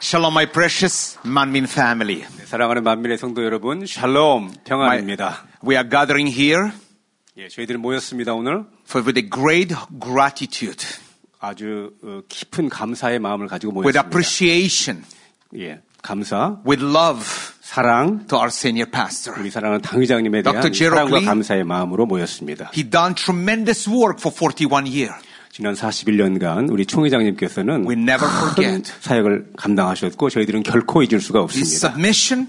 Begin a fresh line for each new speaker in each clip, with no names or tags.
Shalom, my precious Manmin family.
네, 사랑하는 만민의 성도 여러분, 샬롬
My,
평안입니다.
we are gathering here
예, 저희들이 모였습니다 오늘
for with a great gratitude,
아주 어, 깊은 감사의 마음을 가지고
with
모였습니다.
appreciation,
예, 감사,
with love
사랑,
to our senior pastor.
우리 사랑하는 당 회장님에 대한
Dr. Gerald
사랑과
Lee.
감사의 마음으로 모였습니다.
He done tremendous work for 41 years.
지난 41년간 우리 총 회장님께서는
We never
큰
forget
사역을 감당하셨고 저희들은 결코 잊을 수가
his
없습니다.
submission,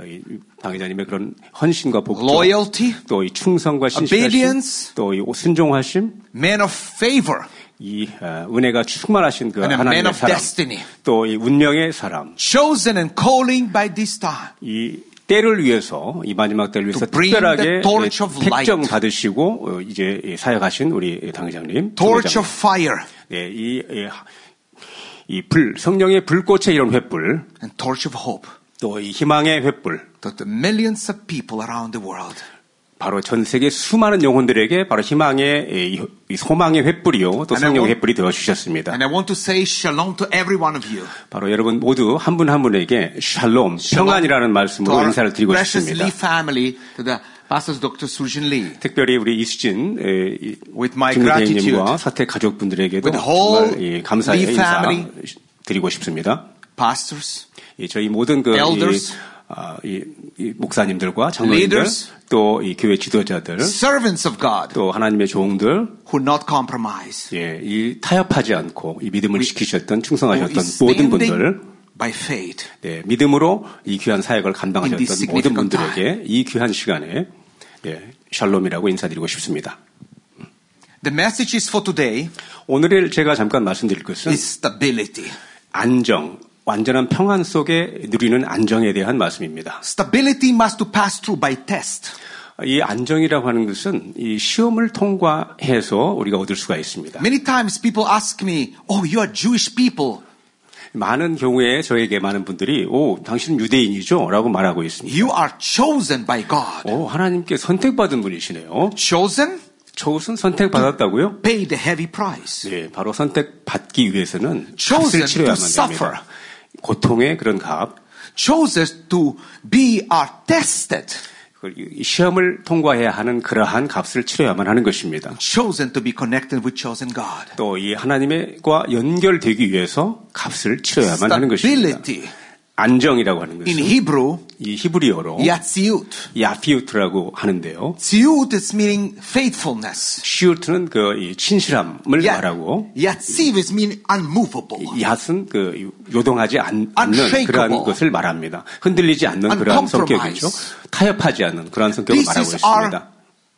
어, 이 당회장님의 그런 헌신과 복종,
loyalty,
또 이 충성과
Obedience.
신실하심, 또 이 순종하심,
man of favor,
이 어, 은혜가 충만하신 그
and a man
하나님의
of
사람,
destiny,
또 이 운명의 사람,
chosen and calling by this time.
이 때를 위해서 이 마지막 때를
To
위해서
bring the
특별하게 예,
torch of light.
택정 받으시고 어, 이제 이 사역하신 우리 당회장님,
Torch
총회장님.
of fire
네, 이, 이, 이 불, 성령의 불꽃의 이런 횃불,
and torch of hope
또 이 희망의 횃불,
to the millions of people around the world.
바로 전 세계 수많은 영혼들에게 바로 희망의 예, 이, 이 소망의 횃불이요,
And
또
I want-
성령의 횃불이 되어 주셨습니다.
And I want to say shalom to every one of you.
바로 여러분 모두 한 분 한 분에게 샬롬, 평안이라는
To
말씀으로
our
인사를 드리고
precious
싶습니다.
Lee family, to the pastors Dr. Sujin Lee.
특별히 우리 이수진 에, 이
With my gratitude.
중대님과 사태 가족분들에게도
With whole
정말 이 감사의
Lee
인사
family.
드리고 싶습니다.
Pastors,
이 저희 모든 그 이,
Elders.
아, 이, 이 목사님들과 장로님들
Leaders.
또 이 교회 지도자들
servants of God
또 하나님의 종들
who not compromise.
예, 이 타협하지 않고 이 믿음을 지키셨던
Who
충성하셨던
is
모든 분들
standing by faith.
네, 믿음으로 이 귀한 사역을
In this
감당하셨던 모든
significant
분들에게 이 귀한 시간에 예, 샬롬이라고 인사드리고 싶습니다.
The message is for today
오늘 제가 잠깐 말씀드릴 것은
is stability.
안정, 완전한 평안 속에 누리는 안정에 대한 말씀입니다.
Stability must pass through by test.
이 안정이라고 하는 것은 이 시험을 통과해서 우리가 얻을 수가 있습니다.
Many times people ask me, "Oh, you are Jewish people.
많은 경우에 저에게 많은 분들이 오, 당신은 유대인이죠? 라고 말하고 있습니다.
You are chosen by God."
오, 하나님께 선택받은 분이시네요.
Chosen,
저것은 선택받았다고요?
pay the heavy price.
네, 바로 선택받기 위해서는
Chosen
값을
to
치러야만
suffer.
됩니다. 고통의 그런 값.
Chosen to be are tested.
그걸 이 시험을 통과해야 하는 그러한 값을 치러야만 하는 것입니다.
chosen to be connected with chosen God.
또 이 하나님과 연결되기 위해서 값을 치러야만 하는 것입니다.
Stability.
안정이라고 하는
In
것은
Hebrew,
이 히브리어로
yatsiut.
야피우트라고 하는데요.
Tsiut is meaning faithfulness.
시우트는 그이 친실함을
Ya-
말하고
Yatsiv is meaning unmovable.
얏은 그 요동하지 않, 는
Unshakable.
그러한 것을 말합니다. 흔들리지 않는 그러한
Uncompromised.
성격이죠. 타협하지 않는 그러한 성격을
This
말하고
is
있습니다.
our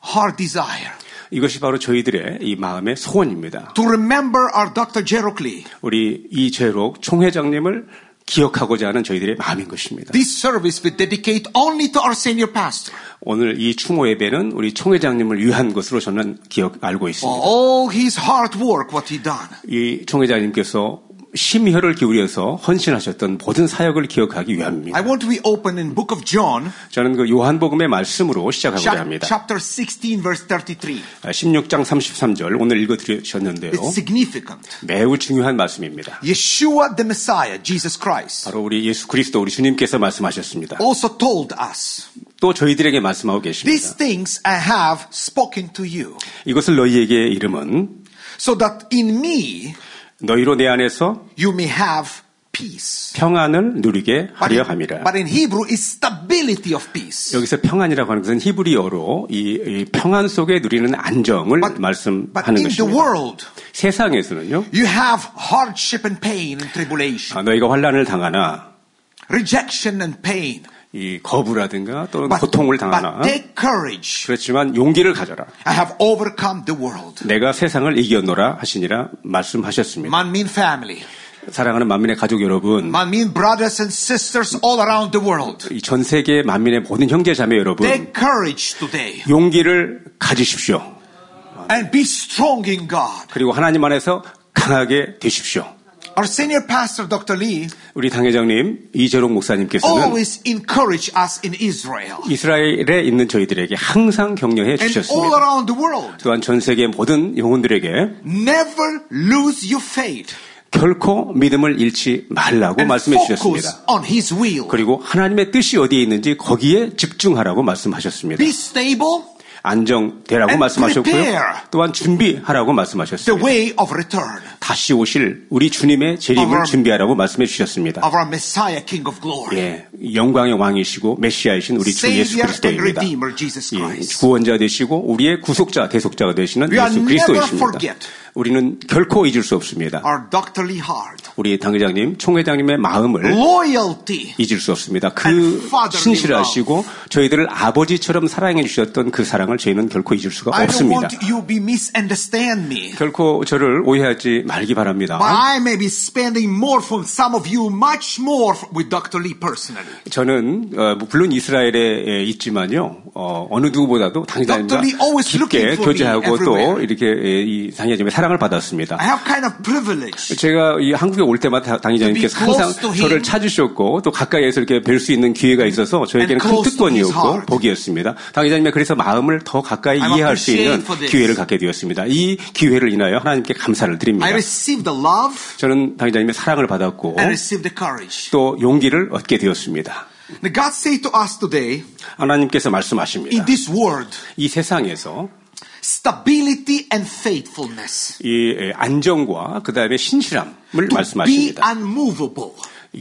heart desire.
이것이 바로 저희들의 이 마음의 소원입니다.
To remember our Dr. Jerokli,
우리 이재록 총회장님을 기억하고자 하는 저희들의 마음인 것입니다.
this service we dedicate only to our senior pastor.
오늘 이 추모 예배는 우리 총회장님을 위한 것으로 저는 기억 알고
For
있습니다.
all his hard work, what he done.
이 총회장님께서 심혈을 기울여서 헌신하셨던 모든 사역을 기억하기
I
위함입니다.
want to be open in Book of John,
저는 그 요한복음의 말씀으로 시작하고자
chap-
합니다.
chapter 16, verse 33.
16장 33절 오늘 읽어드렸는데요.
It's significant.
매우 중요한 말씀입니다.
Yeshua the Messiah, Jesus Christ,
바로 우리 예수 그리스도 우리 주님께서 말씀하셨습니다.
also told us,
또 저희들에게 말씀하고 계십니다.
These things I have spoken to you,
이것을 너희에게 이름은
so that in me
너희로 내 안에서
you may have peace.
평안을 누리게
But
하려
in,
함이라.
but in Hebrew, it's stability of peace.
여기서 평안이라고 하는 것은 히브리어로 이, 이 평안 속에 누리는 안정을
But, but
말씀하는
in the
것입니다.
world,
세상에서는요.
you have hardship and pain and tribulation,
아, 너희가 환란을 당하나
rejection and pain.
이 거부라든가 또는
But,
고통을
but
당하나
take courage.
그렇지만 용기를 가져라.
I have overcome the world.
내가 세상을 이겨노라 하시니라 말씀하셨습니다.
Manmin family,
사랑하는 만민의 가족 여러분,
Manmin brothers and sisters all around the world.
이 전 세계 만민의 모든 형제 자매 여러분,
Take courage today
용기를 가지십시오.
and be strong in God.
그리고 하나님 안에서 강하게 되십시오.
Our senior pastor, Dr. Lee,
우리 당회장님 이재롱 목사님께서는
always encourage us in Israel
이스라엘에 있는 저희들에게 항상 격려해
and all
주셨습니다.
around the world.
또한 전 세계 모든 영혼들에게
Never lose your faith.
결코 믿음을 잃지 말라고
and
말씀해
focus
주셨습니다.
on His will.
그리고 하나님의 뜻이 어디에 있는지 거기에 집중하라고 말씀하셨습니다.
Be stable,
안정되라고
And
말씀하셨고요.
prepare.
또한 준비하라고 말씀하셨습니다.
the way of return
다시 오실 우리 주님의 재림을
Our-
준비하라고 말씀해 주셨습니다.
of our Messiah, King of Glory,
예, 영광의 왕이시고 메시아이신 우리 주
Savior
예수
and
그리스도입니다.
Redeemer, Jesus
예,
Christ.
구원자 되시고 우리의 구속자, 대속자가 되시는
We are
예수
never
그리스도이십니다.
forget.
우리는 결코 잊을 수 없습니다.
Our doctorly heart,
우리 당회장님, 총회장님의 마음을
loyalty,
잊을 수 없습니다.
And
그
fatherly
신실하시고 저희들을 아버지처럼 사랑해 주셨던 그 사랑을 저희는 결코 잊을 수가
I don't
없습니다.
want you be misunderstand me.
결코 저를 오해하지 말기 바랍니다.
But I may be spending more from some of you, much more with Dr. Lee personally.
저는 어, 뭐 물론 이스라엘에 예, 있지만요 어, 어느 누구보다도 당장과
Dr. Lee always
깊게
looking for me
교제하고 또
everywhere.
이렇게 예, 이 당회장님의 사랑을
I
받았습니다.
have kind of privilege.
제가 이 한국에 올 때마다 당회장님께서
To be close
항상
to him.
저를 찾으셨고 또 가까이에서 이렇게 뵐 수 있는 기회가 있어서
And
저에게는 큰
close to his
특권이었고
heart.
복이었습니다. 당회장님의 그래서 마음을 더 가까이
I'm
이해할 수 있는
appreciated for this.
기회를 갖게 되었습니다. 이 기회를 인하여 하나님께 감사를 드립니다.
I received the love
저는 당회장님의 사랑을 받았고
and received the courage.
또 용기를 얻게 되었습니다.
Now God say to us today,
하나님께서 말씀하십니다.
in this world,
이 세상에서
stability and faithfulness.
이 에, 안정과 그 다음에 신실함을
To be 아-
말씀하십니다.
unmovable,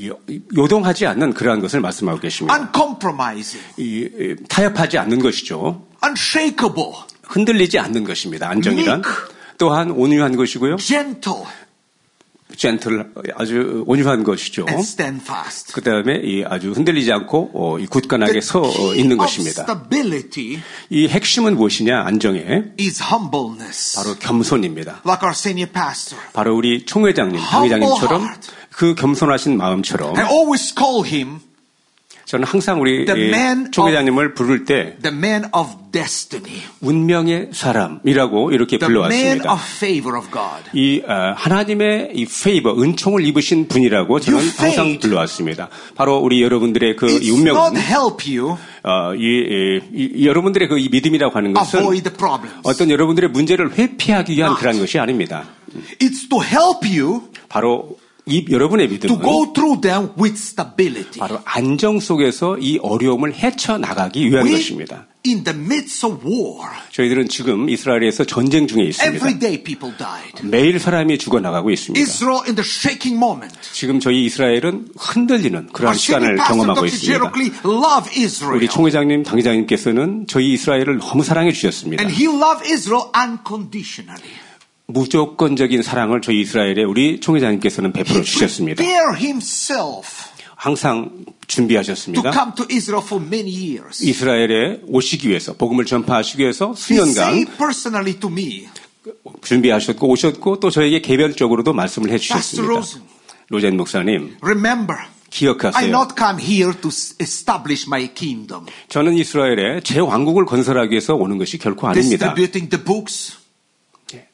요- 요동하지 않는 그러한 것을 말씀하고
아-
계십니다.
uncompromising,
이, 에, 타협하지 않는 것이죠.
unshakable,
흔들리지 않는 것입니다. 안정이란
meek.
또한 온유한 것이고요.
gentle,
젠틀 아주 온유한 것이죠.
and steadfast.
그 다음에 이 아주 흔들리지 않고 어, 이
The
굳건하게 서 어,
key
있는
of
것입니다.
stability
이 핵심은 무엇이냐? 안정의
is humbleness.
바로 겸손입니다.
Like our senior pastor.
바로 우리 총회장님,
Humble
당회장님처럼
heart.
그 겸손하신 마음처럼
I always call him
저는 항상 우리
The man
예, 총회장님을 부를 때
the man of destiny,
운명의 사람이라고 이렇게
the man
불러왔습니다.
of favor of God.
이 어, 하나님의 이 페이버 은총을 입으신 분이라고 저는
You
항상
faith.
불러왔습니다. 바로 우리 여러분들의 그 이
It's not
운명은
help you
어, 이, 이, 이 여러분들의 그 이 믿음이라고 하는 것은
avoid the problems.
어떤 여러분들의 문제를 회피하기 위한
Not.
그런 것이 아닙니다.
It's to help you
바로 이 여러분의
to
믿음은
go through them with stability.
바로 안정 속에서 이 어려움을 헤쳐 나가기 위한
We,
것입니다.
in the midst of war,
저희들은 지금 이스라엘에서 전쟁 중에 있습니다.
every day people died.
매일 사람이 죽어나가고 있습니다.
Israel in the shaking moment.
지금 저희 이스라엘은 흔들리는
Our senior
그러한 시간을
pastor,
경험하고
Dr.
있습니다.
Jerokli, love Israel.
우리 총회장님, 당회장님께서는 저희 이스라엘을 너무 사랑해 주셨습니다.
And he loved Israel unconditionally.
무조건적인 사랑을 저희 이스라엘에 우리 총회장님께서는 베풀어 주셨습니다.
Prepare himself
항상
to
준비하셨습니다.
come to Israel for many years.
이스라엘에 오시기 위해서 복음을 전파하시기 위해서
He
수년간
said personally to me,
준비하셨고 오셨고 또 저에게 개별적으로도 말씀을
Pastor
해주셨습니다.
Rosen,
로젠 목사님
remember, I
기억하세요.
not come here to s- establish my kingdom,
저는 이스라엘에 제 왕국을 건설하기 위해서 오는 것이 결코 아닙니다.
distributing the books
예.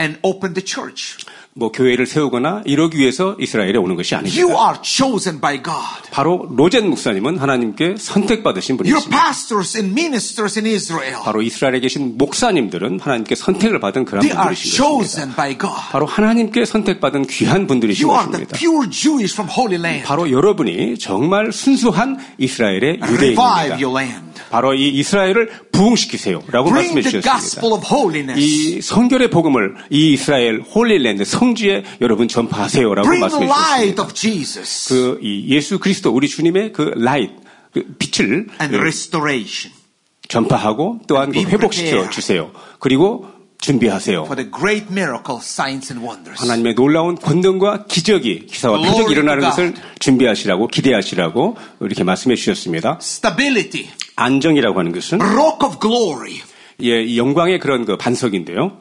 and open the church.
뭐 교회를 세우거나 이러기 위해서 이스라엘에 오는 것이 아닙니다.
You are chosen by God.
바로 로젠 목사님은 하나님께 선택받으신
Your
분이십니다.
pastors and ministers in Israel,
바로 이스라엘에 계신 목사님들은 하나님께 선택을 받은 그런
they are
분들이신 것입니다.
chosen by God.
바로 하나님께 선택받은 귀한 분들이신
You are the
것입니다.
pure Jewish from Holy Land.
바로 여러분이 정말 순수한 이스라엘의
Revive
유대인입니다.
your land.
바로 이 이스라엘을 부흥시키세요라고
Bring
말씀해
the
주셨습니다.
gospel of holiness.
이 성결의 복음을 이 이스라엘 홀리랜드 성지에 여러분 전파하세요라고
Bring the
말씀해
light
주셨습니다.
of Jesus
그 이 예수 그리스도 우리 주님의 그 라이트 그 빛을
and restoration
전파하고 또한 그
Be
회복시켜
prepared.
주세요. 그리고 준비하세요.
for the great miracle, signs and wonders.
하나님의 놀라운 권능과 기적이 기사와
Glory
표적이 일어나는
to
것을
God.
준비하시라고 기대하시라고 이렇게 말씀해 주셨습니다.
Stability,
안정이라고 하는 것은
rock of glory,
예, 이 영광의 그런 그 반석인데요.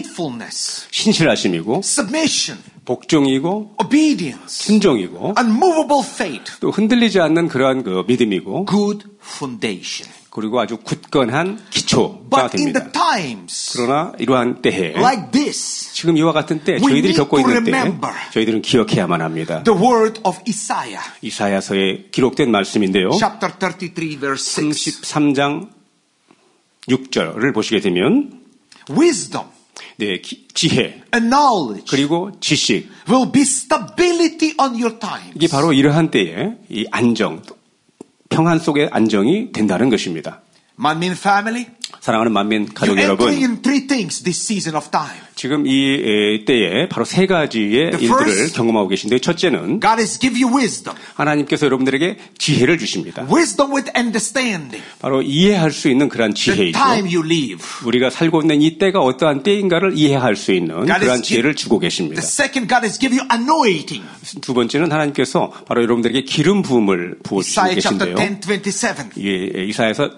faithfulness,
신실하심이고
submission,
복종이고
obedience,
순종이고
unmovable faith,
또 흔들리지 않는 그러한 그 믿음이고
good foundation.
그리고 아주 굳건한 기초가
But in
됩니다.
the times
그러나 이러한 때에
like this,
지금 이와 같은 때
We
저희들이
need
겪고
to
있는 때에
remember.
저희들은 기억해야만 합니다.
the word of Isaiah,
이사야서에 기록된 말씀인데요.
chapter 33, verse 6.
33장 6절을 보시게 되면
Wisdom
네, 기- 지혜
and knowledge
그리고 지식
will be stability on your time.
이게 바로 이러한 때에 이 안정 평안 속의 안정이 된다는 것입니다.
Man, mean family,
사랑하는 만민
you're
가족
entering
여러분,
in three things this season of time.
지금 이 에, 때에 바로 세 가지의
The
일들을
first-
경험하고 계신데 첫째는
God has give you wisdom.
하나님께서 여러분들에게 지혜를 주십니다.
Wisdom with understanding.
바로 이해할 수 있는 그러한
The
지혜이죠.
time you live.
우리가 살고 있는 이 때가 어떠한 때인가를 이해할 수 있는
God
그러한
is
지혜를 주고
The
계십니다.
second, God has give you anointing.
두 번째는 하나님께서 바로 여러분들에게 기름 부음을 부어주시고
Isaiah chapter
계신데요.
10, 27.
예, 이사에서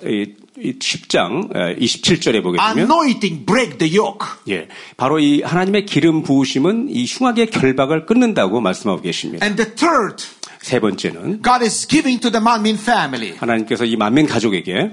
10장 27절에 보게 되면
아, Anointing break the yoke.
예, 바로 이 하나님의 기름 부으심은 이 흉악의 결박을 끊는다고 말씀하고 계십니다.
And the third,
세 번째는
God is giving to the Manmin family
하나님께서 이 만민 가족에게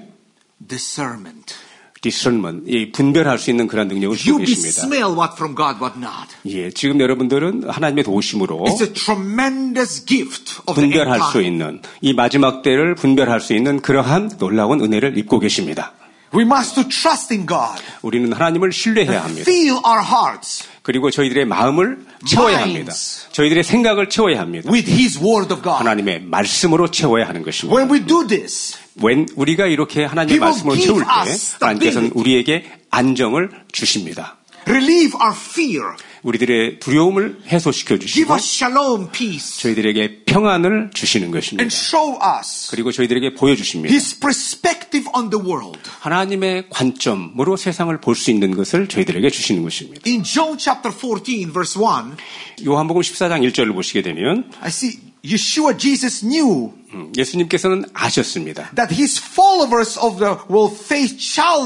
discernment.
discernment, 이 분별할 수 있는 그런 능력을 주고
You be
계십니다.
smell what from God, what not.
예, 지금 여러분들은 하나님의 도우심으로
It's a tremendous gift of the end
분별할 수
time.
있는 이 마지막 때를 분별할 수 있는 그러한 놀라운 은혜를 입고 계십니다.
We must to trust in God.
우리는 하나님을 신뢰해야 합니다.
Fill our hearts
그리고 저희들의 마음을 채워야 합니다.
Minds.
저희들의 생각을 채워야 합니다.
with His Word of God.
하나님의 말씀으로 채워야 하는 것입니다.
When we do this,
웬 우리가 이렇게 하나님의
He will
말씀으로
give
채울 때
us stability.
하나님께서는 우리에게 안정을 주십니다.
relieve our fear,
우리들의 두려움을 해소시켜
give
주시고
us shalom peace,
저희들에게 평안을 주시는
and
것입니다.
show us
그리고 저희들에게 보여주십니다.
His perspective on the world.
하나님의 관점으로 세상을 볼 수 있는 것을 저희들에게 주시는 것입니다.
In John chapter 14, verse 1,
요한복음 14장 1절을 보시게 되면
I see Yeshua Jesus knew
음, 예수님께서는 아셨습니다.
that his followers of the will face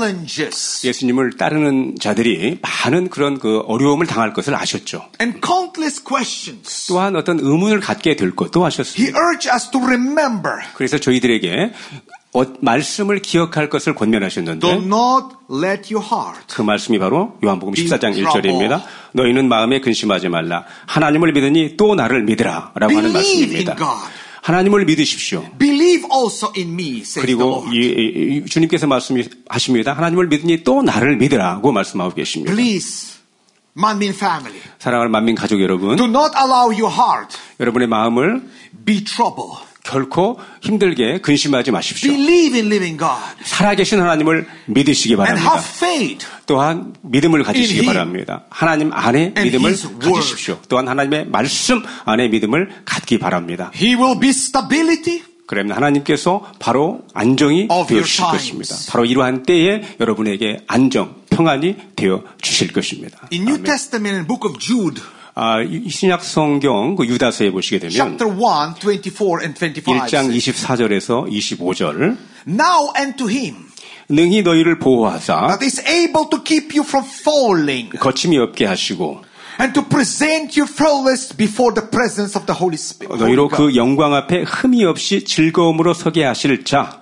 challenges
예수님을 따르는 자들이 많은 그런 그 어려움을 당할 것을 아셨죠.
and countless questions.
또한 어떤 의문을 갖게 될 것도 아셨습니다.
He urged us to remember
그래서 저희들에게 어- 말씀을 기억할 것을
do
권면하셨는데
not let your heart
그 말씀이 바로 요한복음 14장
Be troubled.
1절입니다. 너희는 마음에 근심하지 말라. 하나님을 믿으니 또 나를 믿으라라고
Believe
하는 말씀입니다.
in God.
하나님을 믿으십시오.
believe also in me, says the
그리고
Lord.
이- 이- 이 주님께서 말씀하십니다. 하나님을 믿으니 또 나를 믿으라고 말씀하고 계십니다.
Please, Manmin family,
사랑하는 만민 가족 여러분,
do not allow your heart
여러분의 마음을
be troubled.
결코 힘들게 근심하지 마십시오.
Believe in living God
살아계신 하나님을 믿으시기
and
바랍니다.
have faith.
또한 믿음을
In
가지시기
him.
바랍니다. 하나님 안에
And
믿음을
his word.
가지십시오. 또한 하나님의 말씀 안에 믿음을 갖기 바랍니다.
He will be stability
그러면 하나님께서 바로 안정이
Of
되어
your
주실
times.
것입니다. 바로 이러한 때에 여러분에게 안정, 평안이 되어 주실 것입니다.
in New Testament and Book of Jude,
아, 이 신약 성경 그 유다서에 보시게 되면
chapter 1, 24 and 25.
1장 24절에서 25절
Now unto him
능히 너희를 보호하사
that is able to keep you from falling
거침이 없게 하시고
and to present you flawless before the presence of the Holy Spirit.
너희로 그 영광 앞에 흠이 없이 즐거움으로 서게 하실 자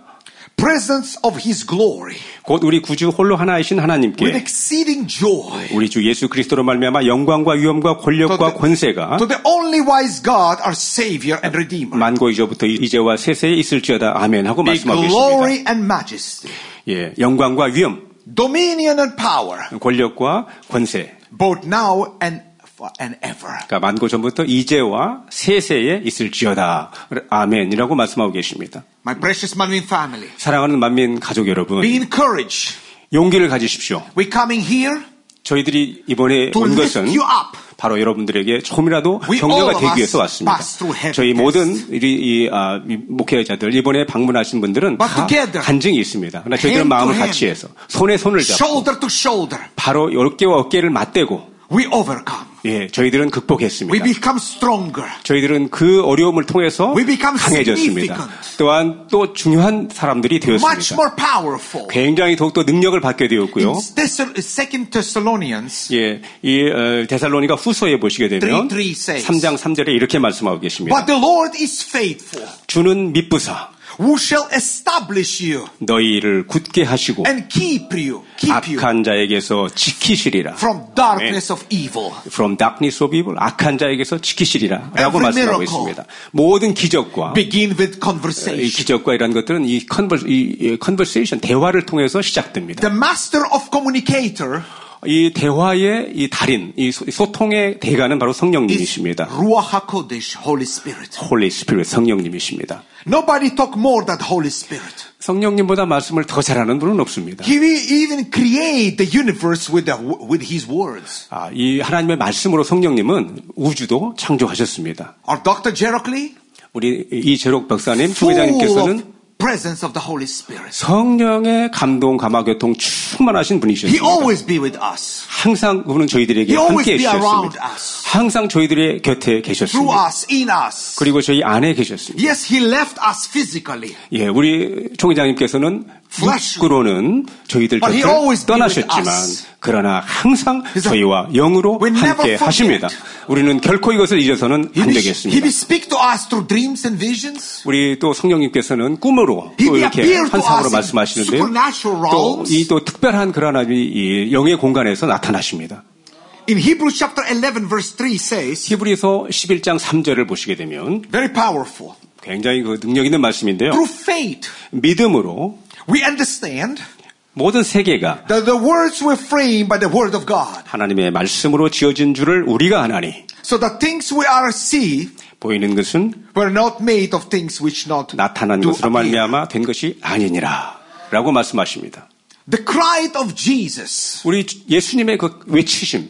presence of his glory
곧 우리 구주 홀로 하나이신
with
하나님께
exceeding joy.
우리 주 예수 그리스도로 말미암아 영광과 위엄과 권력과
또-
권세가
To the only wise God, our Savior and Redeemer,
만고 이전부터 이제와 세세에 있을지어다 아멘 하고
be
말씀하고 계십니다.
glory and majesty,
예, 영광과 위엄,
dominion and power,
권력과 권세.
both now and for- and ever.
그러니까 만고 전부터 이제와 세세에 있을지어다 아멘이라고 말씀하고 계십니다.
My precious Manwin family,
사랑하는 만민 가족 여러분,
be encouraged.
용기를 가지십시오.
We're coming here
저희들이 이번에
to
온
lift
것은
you up.
바로 여러분들에게 조금이라도
We all
격려가
of
되기
us
위해서 왔습니다.
pass through heavy
저희
tests.
모든 이, 이, 아, 이 목회자들 이번에 방문하신 분들은
But
다
together,
간증이 있습니다. 그러나
hand
저희들은
to
마음을
hand,
같이 해서 손에 손을 잡고
Shoulder to shoulder,
바로 어깨와 어깨를 맞대고
we overcome.
예, 저희들은
We
극복했습니다.
become stronger.
저희들은 그 어려움을 통해서
We become
강해졌습니다.
significant.
또한 또 중요한 사람들이
Much
되었습니다.
more powerful.
굉장히 더욱더 능력을 받게 되었고요.
In Thess- Second Thessalonians,
예, 이 어, 데살로니가 후서에 보시게 되면
3:3 says.
3장 3절에 이렇게 말씀하고 계십니다.
but the Lord is faithful,
주는 mit부사
who shall establish you
너희를 굳게 하시고
and keep you, keep you
악한 자에게서 지키시리라.
from darkness of evil.
From darkness of evil. 악한 자에게서 지키시리라. 라고
Every
말씀하고
miracle.
있습니다. 모든 기적과
Begin with
이
conversation.
기적과 이런 것들은 이 컨버, 이 컨버세이션 대화를 통해서 시작됩니다.
The master of communicator
이 대화의 이 달인, 이 소- 이 소통의 대가는 바로
is
성령님이십니다.
Ruach HaKodesh, Holy Spirit.
홀리 스피릿 성령님이십니다.
Nobody talk more than Holy Spirit.
성령님보다 말씀을 더 잘하는 분은 없습니다.
He will even create the universe with, the, with his words.
아, 이 하나님의 말씀으로 성령님은 우주도 창조하셨습니다.
Or Dr. Jerockley,
우리 이재록 박사님,
full of
총회장님께서는
presence of the Holy Spirit.
성령의 감동, 감화, 교통 충만하신
He
분이셨습니다.
always be with us.
항상 그분은 저희들에게
He always
함께
be around
계셨습니다.
us.
항상 저희들의
Through
곁에 계셨습니다.
us, in us.
그리고 저희 안에 계셨습니다.
Yes, he left us physically,
예, 우리 총회장님께서는
Flesh.
육으로는 저희들
But he
곁을
always be with
떠나셨지만
us.
그러나 항상
He's a-
저희와 영으로
We never
함께
forget.
하십니다. 우리는 결코 이것을 잊어서는
he
안
will, he
되겠습니다.
will speak to us through dreams and visions.
우리 또 성령님께서는 꿈으로
He
또
will
이렇게
appear to us
환상으로
in
말씀하시는데요.
supernatural
또
realms.
이 또 특별한 그런 아주 이 영의 공간에서 나타나십니다.
In Hebrews chapter 11 verse 3 says,
히브리서 11장 3절을 보시게 되면
very powerful.
굉장히 그 능력 있는 말씀인데요.
Through faith,
믿음으로
we understand
모든 세계가
that the words were framed by the word of God.
하나님의 말씀으로 지어진 줄을 우리가 아나니
So the things we are see
보이는 것은
were not made of things which not
나타난
do
것으로
appear.
말미암아 된 것이 아니니라라고 말씀하십니다.
The cry of Jesus
우리 예수님의 그 외치심은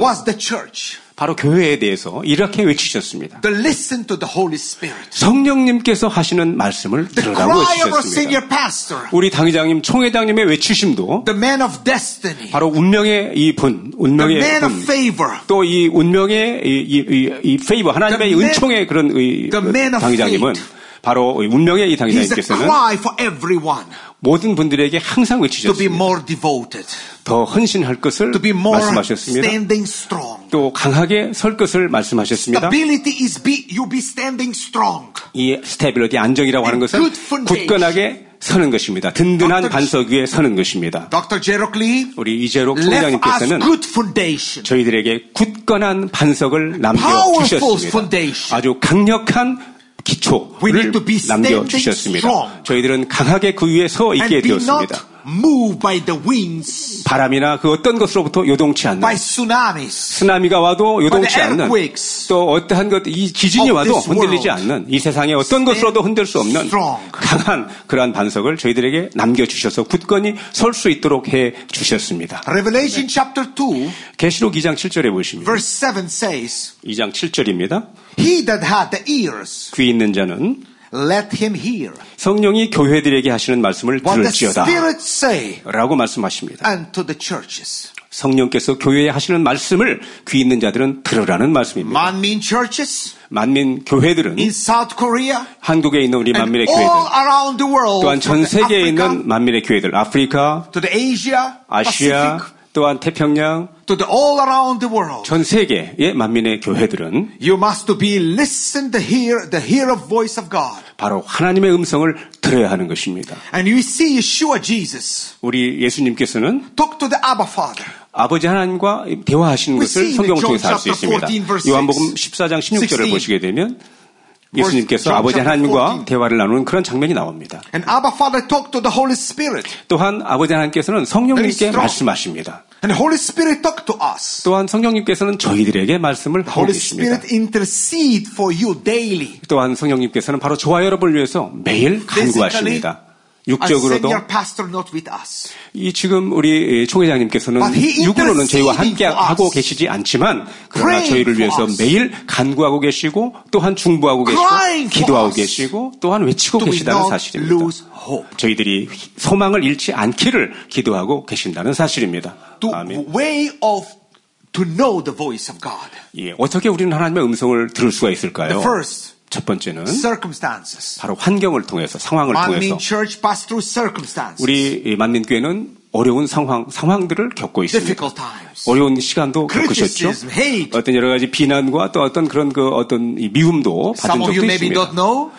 was the church
바로 교회에 대해서 이렇게 외치셨습니다.
to listen to the Holy Spirit.
성령님께서 하시는 말씀을
The
들으라고
cry of our
해주셨습니다.
senior pastor,
우리 당회장님, 총회장님의 외치심도
the man of destiny,
바로 운명의 이 분,
the
운명의
man of
분,
favor,
또 이 운명의 이, 이, 이, 이 페이버, 하나님의
The
이
man-
은총의 그런 이
The man of
당회장님은
faith.
바로 이 운명의
is
이
a
당회장님께서는
cry for everyone
모든 분들에게 항상
to be
외치셨습니다.
more devoted,
더 헌신할 것을
to be more
말씀하셨습니다.
standing strong.
또 강하게 설 것을 말씀하셨습니다.
Stability is be you be standing strong.
이 스테빌러티 안정이라고 하는 것은
Good foundation.
굳건하게 서는 것입니다. 든든한
Doctor-
반석 위에 서는 것입니다.
Dr. Jerockley
우리 이재록
left us
총장님께서는
good foundation.
저희들에게 굳건한 반석을
Powerful
남겨주셨습니다.
foundation.
아주 강력한
We
기초를
need to be standing
남겨주셨습니다.
strong.
저희들은 강하게 그 위에 서
And
있게
be
되었습니다.
not moved by the winds,
바람이나 그 어떤 것으로부터 요동치 않는
by tsunamis,
쓰나미가 와도 요동치
By the
않는
earthquakes
또 어떠한 것, 이 지진이
of
와도
this
흔들리지
world.
않는 이 세상의 어떤
Stand
것으로도 흔들 수 없는
strong.
강한 그러한 반석을 저희들에게 남겨주셔서 굳건히 설 수 있도록 해 주셨습니다.
Revelation chapter 2,
계시록 2장 7절에 보시면
verse 7 says,
2장 7절입니다.
He that had the ears,
귀 있는 자는
let him hear
성령이 교회들에게 하시는 말씀을
what the
들을지어다
Spirit say
라고 말씀하십니다.
unto the churches.
성령께서 교회에 하시는 말씀을 귀 있는 자들은 들으라는 말씀입니다.
Manmin churches
만민 교회들은
in South Korea
한국에 있는 우리 만민의
and
교회들
all around the world,
또한
from
전 세계에
Africa
있는 만민의 교회들, 아프리카,
to the Asia,
아시아,
Pacific,
또한 태평양,
to the all around the world.
전 세계의 만민의 교회들은
You must to be listen to hear the hear of voice of God.
바로 하나님의 음성을 들어야 하는 것입니다.
And you see Yeshua Jesus
우리 예수님께서는
talk to the Abba Father.
아버지 하나님과 대화하시는
We
것을
see
성경을
in John
통해서 알 수
chapter 14
있습니다.
verse
요한복음
6.
14장 16절을
16.
보시게 되면 예수님께서
John
아버지
chapter
하나님과
14.
대화를 나누는 그런 장면이 나옵니다.
And Abba Father talk to the Holy Spirit.
또한 아버지
Very
하나님께서는 성령님께
strong.
말씀하십니다.
And Holy Spirit talk to us.
또한 성령님께서는 저희들에게 말씀을 하고
Holy
계십니다.
Spirit intercede for you daily.
또한 성령님께서는 바로 저와 여러분을 위해서 매일 간구하십니다.
Our
육적으로도
senior pastor not with us.
이 지금 우리 총회장님께서는
But he
육으로는 저희와 함께
interceding for us.
하고 계시지 않지만 그러나
Praying
저희를
for
위해서
us.
매일 간구하고 계시고 또한 중보하고 계시고
Crying for
기도하고
us.
계시고 또한 외치고
Do we
계시다는
not
사실입니다.
lose hope?
저희들이 소망을 잃지 않기를 기도하고 계신다는 사실입니다.
The
아멘.
way of to know the voice of God.
예, 어떻게 우리는 하나님의 음성을 들을 수가
The
있을까요?
first
첫 번째는
circumstances.
바로 환경을 통해서 상황을 통해서
Manmin church pass through circumstances.
우리 이 만민교회는 어려운 상황 상황들을 겪고 있습니다.
difficult times.
어려운 시간도 겪으셨죠.
Criticism, hate.
어떤 여러 가지 비난과 또 어떤 그런 그 어떤 이 미움도 받은
Some of
적도
you maybe
있습니다.
don't know,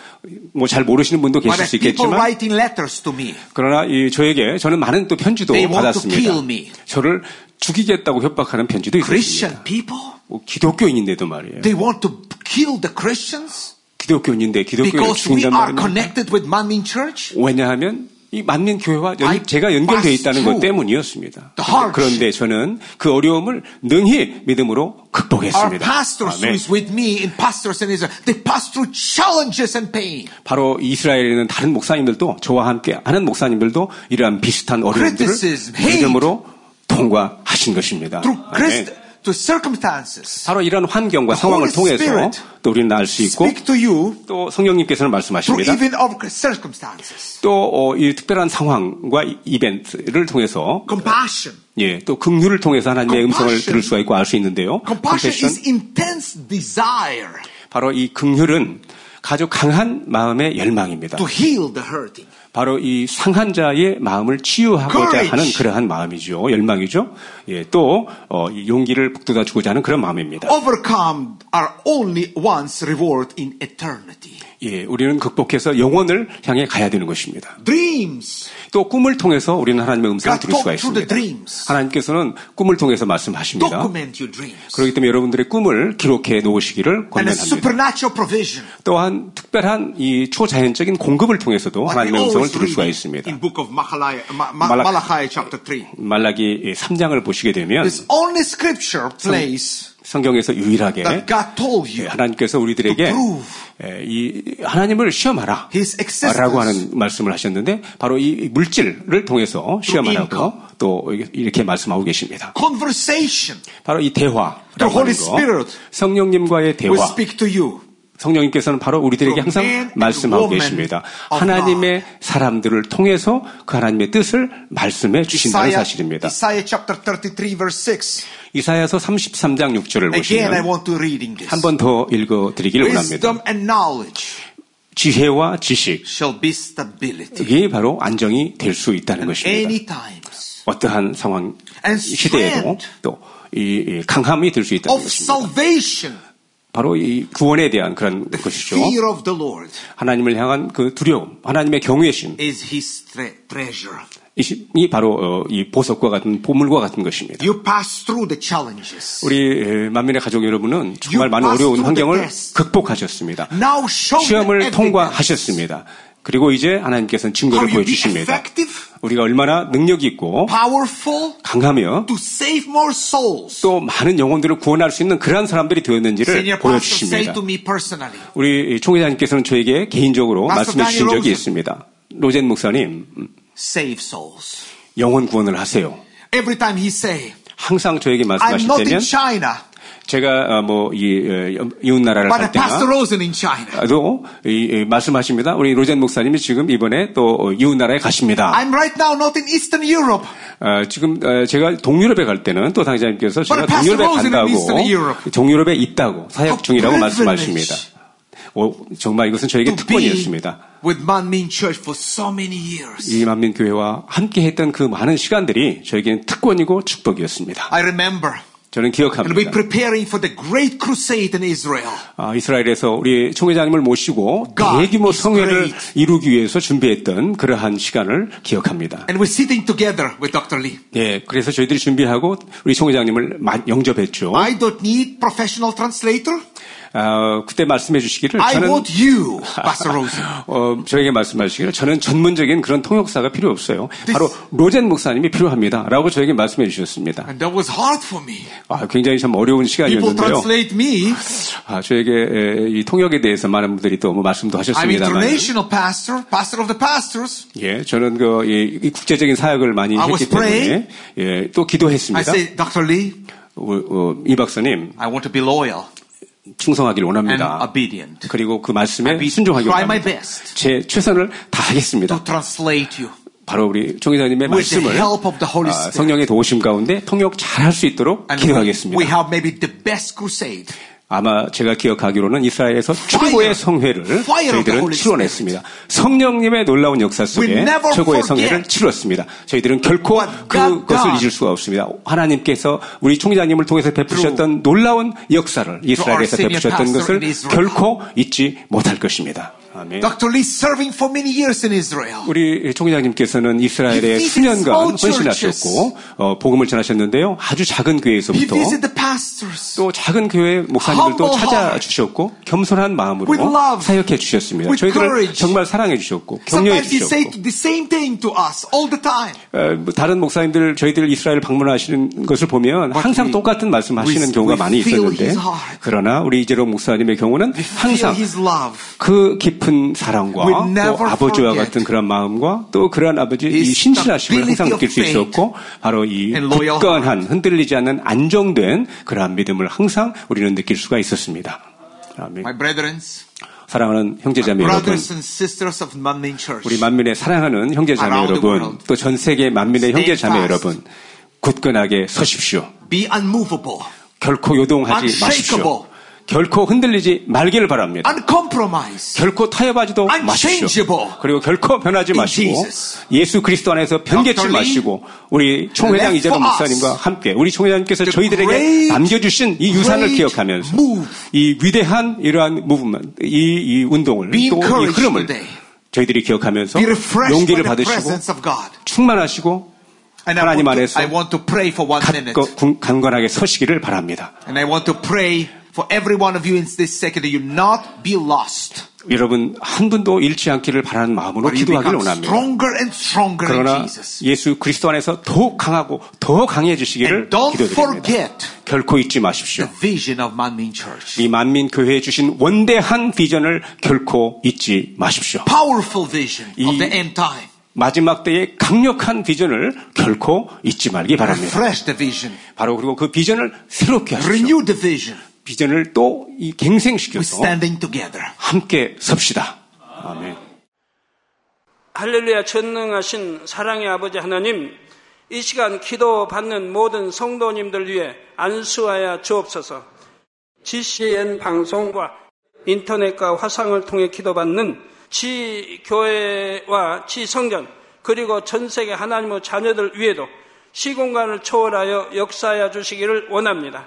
뭐 잘 모르시는 분도
but
계실 수
people
있겠지만
writing letters to me.
그러나 이 저에게 저는 많은 또 편지도
They want to
받았습니다.
kill me.
저를 죽이겠다고 협박하는 편지도
Christian
있습니다.
people,
뭐 기독교인인데도 말이에요.
they want to kill the Christians
기독교인인데 기독교인
because we
죽인단
are
말입니다.
connected with Manmin Church.
왜냐하면 이 만민 교회와 연-
I
제가 연결되어
pass
있다는 것
through
때문이었습니다.
the hardship.
그런데 저는 그 어려움을 능히 믿음으로
Our
극복했습니다.
pastors who
아멘.
is with me in pastors in Israel, they pass through challenges and pain.
바로 이스라엘에 있는 다른 목사님들도 저와 함께 하는 목사님들도 이러한 비슷한 어려움들을
Criticism, hate.
믿음으로 통과하신 것입니다.
Through
아멘.
Christ, to circumstances.
바로 이런 환경과
The
상황을
Holy
통해서
Spirit
또 우리는 알 수 있고
Speak to you
또 성령님께서는
through
말씀하십니다.
even of circumstances.
또 어, 이 특별한 상황과 이- 이벤트를 통해서
Compassion.
예, 또 긍휼을 통해서 하나님의
Compassion.
음성을 들을 수가 있고 알 수 있는데요.
Compassion
Compassion.
is intense desire
바로 이 긍휼은 아주 강한 마음의 열망입니다.
to heal the hurting.
바로 이 상한자의 마음을 치유하고자
Courage.
하는 그러한 마음이죠. 열망이죠. 예, 또 어, 이 용기를 북돋아주고자 하는 그런 마음입니다.
Overcome are only once reward in eternity.
예, 우리는 극복해서 영혼을 향해 가야 되는 것입니다.
Dreams.
또 꿈을 통해서 우리는 하나님의 음성을
God
들을 수가
talk through the
있습니다.
dreams.
하나님께서는 꿈을 통해서 말씀하십니다.
Document your dreams.
그렇기 때문에 여러분들의 꿈을 기록해
And a
놓으시기를 권면합니다.
supernatural provision.
또한 특별한 이 초자연적인 공급을 통해서도
What we
하나님의 음성을
always
들을 수가
read
있습니다.
In book of Malachi, Ma- Ma- Malachi
Malachi.
chapter 3.
말라기 3장을 보시게 되면
It's only scripture place
성경에서 유일하게
that God told you.
예, 하나님께서 우리들에게
To prove.
예, 이 하나님을 시험하라
His existence.
라고 하는 말씀을 하셨는데 바로 이 물질을 통해서
income.
시험하라고 또 이렇게 말씀하고 계십니다.
Conversation
바로 이 대화라고
The Holy
하는 거,
Spirit
성령님과의 대화
will speak to you.
성령님께서는 바로 우리들에게
From man
항상
and
말씀하고
woman
계십니다.
of
하나님의 사람들을 통해서 그 하나님의 뜻을 말씀해 주신다는
Isaiah,
사실입니다.
Isaiah chapter 33 verse 6.
이사야서 33장 6절을
Again, I
보시면
want to reading this.
한 번 더 읽어 드리기를 원합니다.
Wisdom and knowledge
지혜와 지식
shall be stability
이게 바로 안정이 될 수 있다는 것입니다.
any times
어떠한 상황
And
시대에도
strength.
또 이 강함이 될 수 있다는
of
것입니다.
salvation,
바로 이 구원에 대한 그런 것이죠.
fear of the Lord
하나님을 향한 그 두려움, 하나님의 경외심
is his tre- treasure.
이 바로 어, 이 보석과 같은 보물과 같은 것입니다.
You pass through the challenges.
우리 에, 만민의 가족 여러분은
You
정말 많은
passed
어려운
through the
환경을
test.
극복하셨습니다.
Now show the
시험을
evidence
통과하셨습니다. 그리고 이제 하나님께서는
how
증거를
you be
보여주십니다.
effective,
우리가 얼마나 능력이 있고
powerful
강하며
to save more souls.
또 많은 영혼들을 구원할 수 있는 그러한 사람들이
Senior
되었는지를
pastor say
보여주십니다.
to me personally,
우리 총회장님께서는 저에게 개인적으로
Pastor
말씀해 주신
Daniel
적이
Rosen.
있습니다. 로젠 목사님, 음,
save souls.
영혼 구원을 하세요.
Every time he say,
항상 저에게
I'm
말씀하실
not in
때면
China,
제가 어, 뭐이 어, 이웃 나라를
but a
갈
pastor
때나
Rosen in China.
도 이, 이 말씀하십니다. 우리 로젠 목사님이 지금 이번에 또 이웃 나라에 가십니다.
I'm right now not in Eastern Europe,
어, 지금 어, 제가 동유럽에 갈 때는 또 당장님께서 제가
But Pastor
동유럽에
Rosen in Eastern
간다고 어?
Europe.
동유럽에 있다고
A
사역 중이라고
privilege.
말씀하십니다. 오, 정말 이것은 저에게
to be
특권이었습니다.
with 만민 church for so many years.
이 만민교회와 함께했던 그 많은 시간들이 저에게는 특권이고 축복이었습니다.
I remember.
저는
And we're
기억합니다.
preparing for the great crusade in Israel.
아, 이스라엘에서 우리 총회장님을 모시고
God
대규모
is
성회를
great.
이루기 위해서 준비했던 그러한 시간을 기억합니다.
And we're sitting together with Dr. Lee.
예, 그래서 저희들이 준비하고 우리 총회장님을 마- 영접했죠.
I don't need professional translator.
아, 그때 말씀해 주시기를
I
저는
want you, Pastor Rosen.
어, 저에게 말씀하시기를 저는 전문적인 그런 통역사가 필요 없어요. 바로 로젠 목사님이 필요합니다. 라고 저에게 말씀해 주셨습니다.
And that was hard for me.
아, 굉장히 참 어려운
People
시간이었는데요.
translate me.
아, 저에게 에, 이 통역에 대해서 많은 분들이 또뭐 말씀도
I'm
하셨습니다만
international pastor, pastor of the pastors.
예, 저는 그, 이, 이 국제적인 사역을 많이
I
했기
was praying.
때문에 예, 또
I
기도했습니다.
say, Dr. Lee,
어, 어, 이 박사님
I want to be loyal
충성하길
and
원합니다.
obedient.
그리고 그 말씀에
be-
순종하길
try my
원합니다.
best
제 최선을 다하겠습니다.
to translate you.
바로 우리 총 회장님의
With the
말씀을
help of the Holy
아,
Spirit.
성령의 도우심 가운데 통역 잘 할 수 있도록
And
기도하겠습니다.
we have maybe the best crusade.
아마 제가 기억하기로는 이스라엘에서
Fire.
최고의 성회를
Fire of the
저희들은
Holy
치러냈습니다. 성령님의 놀라운 역사
We
속에
never
최고의
forget.
성회를 치렀습니다. 저희들은 결코
What God
그것을
done.
잊을 수가 없습니다. 하나님께서 우리 총장님을 통해서 베푸셨던 놀라운 역사를 이스라엘에서
senior
베푸셨던
pastor
것을
in Israel.
결코 잊지 못할 것입니다. 아멘.
Dr. Lee serving for many years in Israel.
우리 총장님께서는 이스라엘에
He visited
수년간
small churches.
헌신하셨고 어, 복음을 전하셨는데요. 아주 작은
He
교회에서부터
visited the pastors
또 작은 교회 목사님들도
Humble
찾아주셨고 겸손한 마음으로
With love.
사역해 주셨습니다.
With
저희들을
courage.
정말 사랑해 주셨고 격려해
Sometimes he
주셨고
said the same thing to us all the time.
어, 뭐 다른 목사님들 저희들 이스라엘 방문하시는 것을 보면
But
항상
we-
똑같은 말씀하시는
we-
경우가
we
많이
feel
있었는데
his heart.
그러나 우리 이재로 목사님의 경우는
We feel
항상
his love.
그 깊은 사랑과
We'll never
또 아버지와
forget
같은 그런 마음과 또 그러한 아버지의 이
his
신실하심을 항상
stability
느낄 수
of faith
있었고 바로 이
and loyal
굳건한 흔들리지 않는 안정된 그러한 믿음을 항상 우리는 느낄 수가 있었습니다. 아멘.
My brethrens,
사랑하는 형제자매 여러분
brothers and sisters of Manmin Church.
우리 만민의 사랑하는 형제자매
Around the
여러분
world.
또 전 세계 만민의
Stay
형제자매
fast.
여러분 굳건하게 서십시오.
Be unmovable,
결코 요동하지 마십시오.
Unshakable.
결코 흔들리지 말기를 바랍니다.
uncompromised.
결코 타협하지도 마십시오.
Unchangeable.
그리고 결코 변하지
In
마시고
Jesus.
예수 그리스도 안에서 변개치
Dr. Lee,
마시고 우리 총회장
left
이재범
for us
목사님과 함께 우리 총회장님께서
the
저희들에게
great,
남겨주신 이 유산을
great
기억하면서
move.
이 위대한 이러한 무브먼트, 이, 이 운동을
Be
또 이
encouraged
흐름을
today.
저희들이 기억하면서
Be refreshed by
용기를
the
받으시고
presence of God.
충만하시고
And I
하나님
want, to,
안에서
I want to pray for one minute.
갓거- 군- 강건하게 서시기를 바랍니다.
And I want to pray for every one of you in this second that you not be lost.
여러분 한 분도 잃지 않기를 바라는 마음으로
But you
기도하기를
become
원합니다.
stronger and stronger in
그러나
Jesus.
예수 그리스도 안에서 더욱 강하고 더
And
강해지시기를
don't
기도드립니다.
forget
결코
the
잊지 마십시오.
vision of Manmin Church.
이 만민 교회에 주신 원대한 비전을 결코 잊지 마십시오.
Powerful vision
이-
of the end time.
마지막 때의 강력한 비전을 결코 잊지 말기 바랍니다.
Refresh the vision.
바로 그리고 그 비전을 새롭게 하십시오.
Renew the vision.
비전을 또 이
We're
갱생시켜서
standing together.
함께 섭시다. 아멘.
할렐루야 전능하신 사랑의 아버지 하나님 이 시간 기도 받는 모든 성도님들 위해 안수하여 주옵소서 GCN 방송과 인터넷과 화상을 통해 기도받는 지 교회와 지 성전 그리고 전 세계 하나님의 자녀들 위에도 시공간을 초월하여 역사하여 주시기를 원합니다.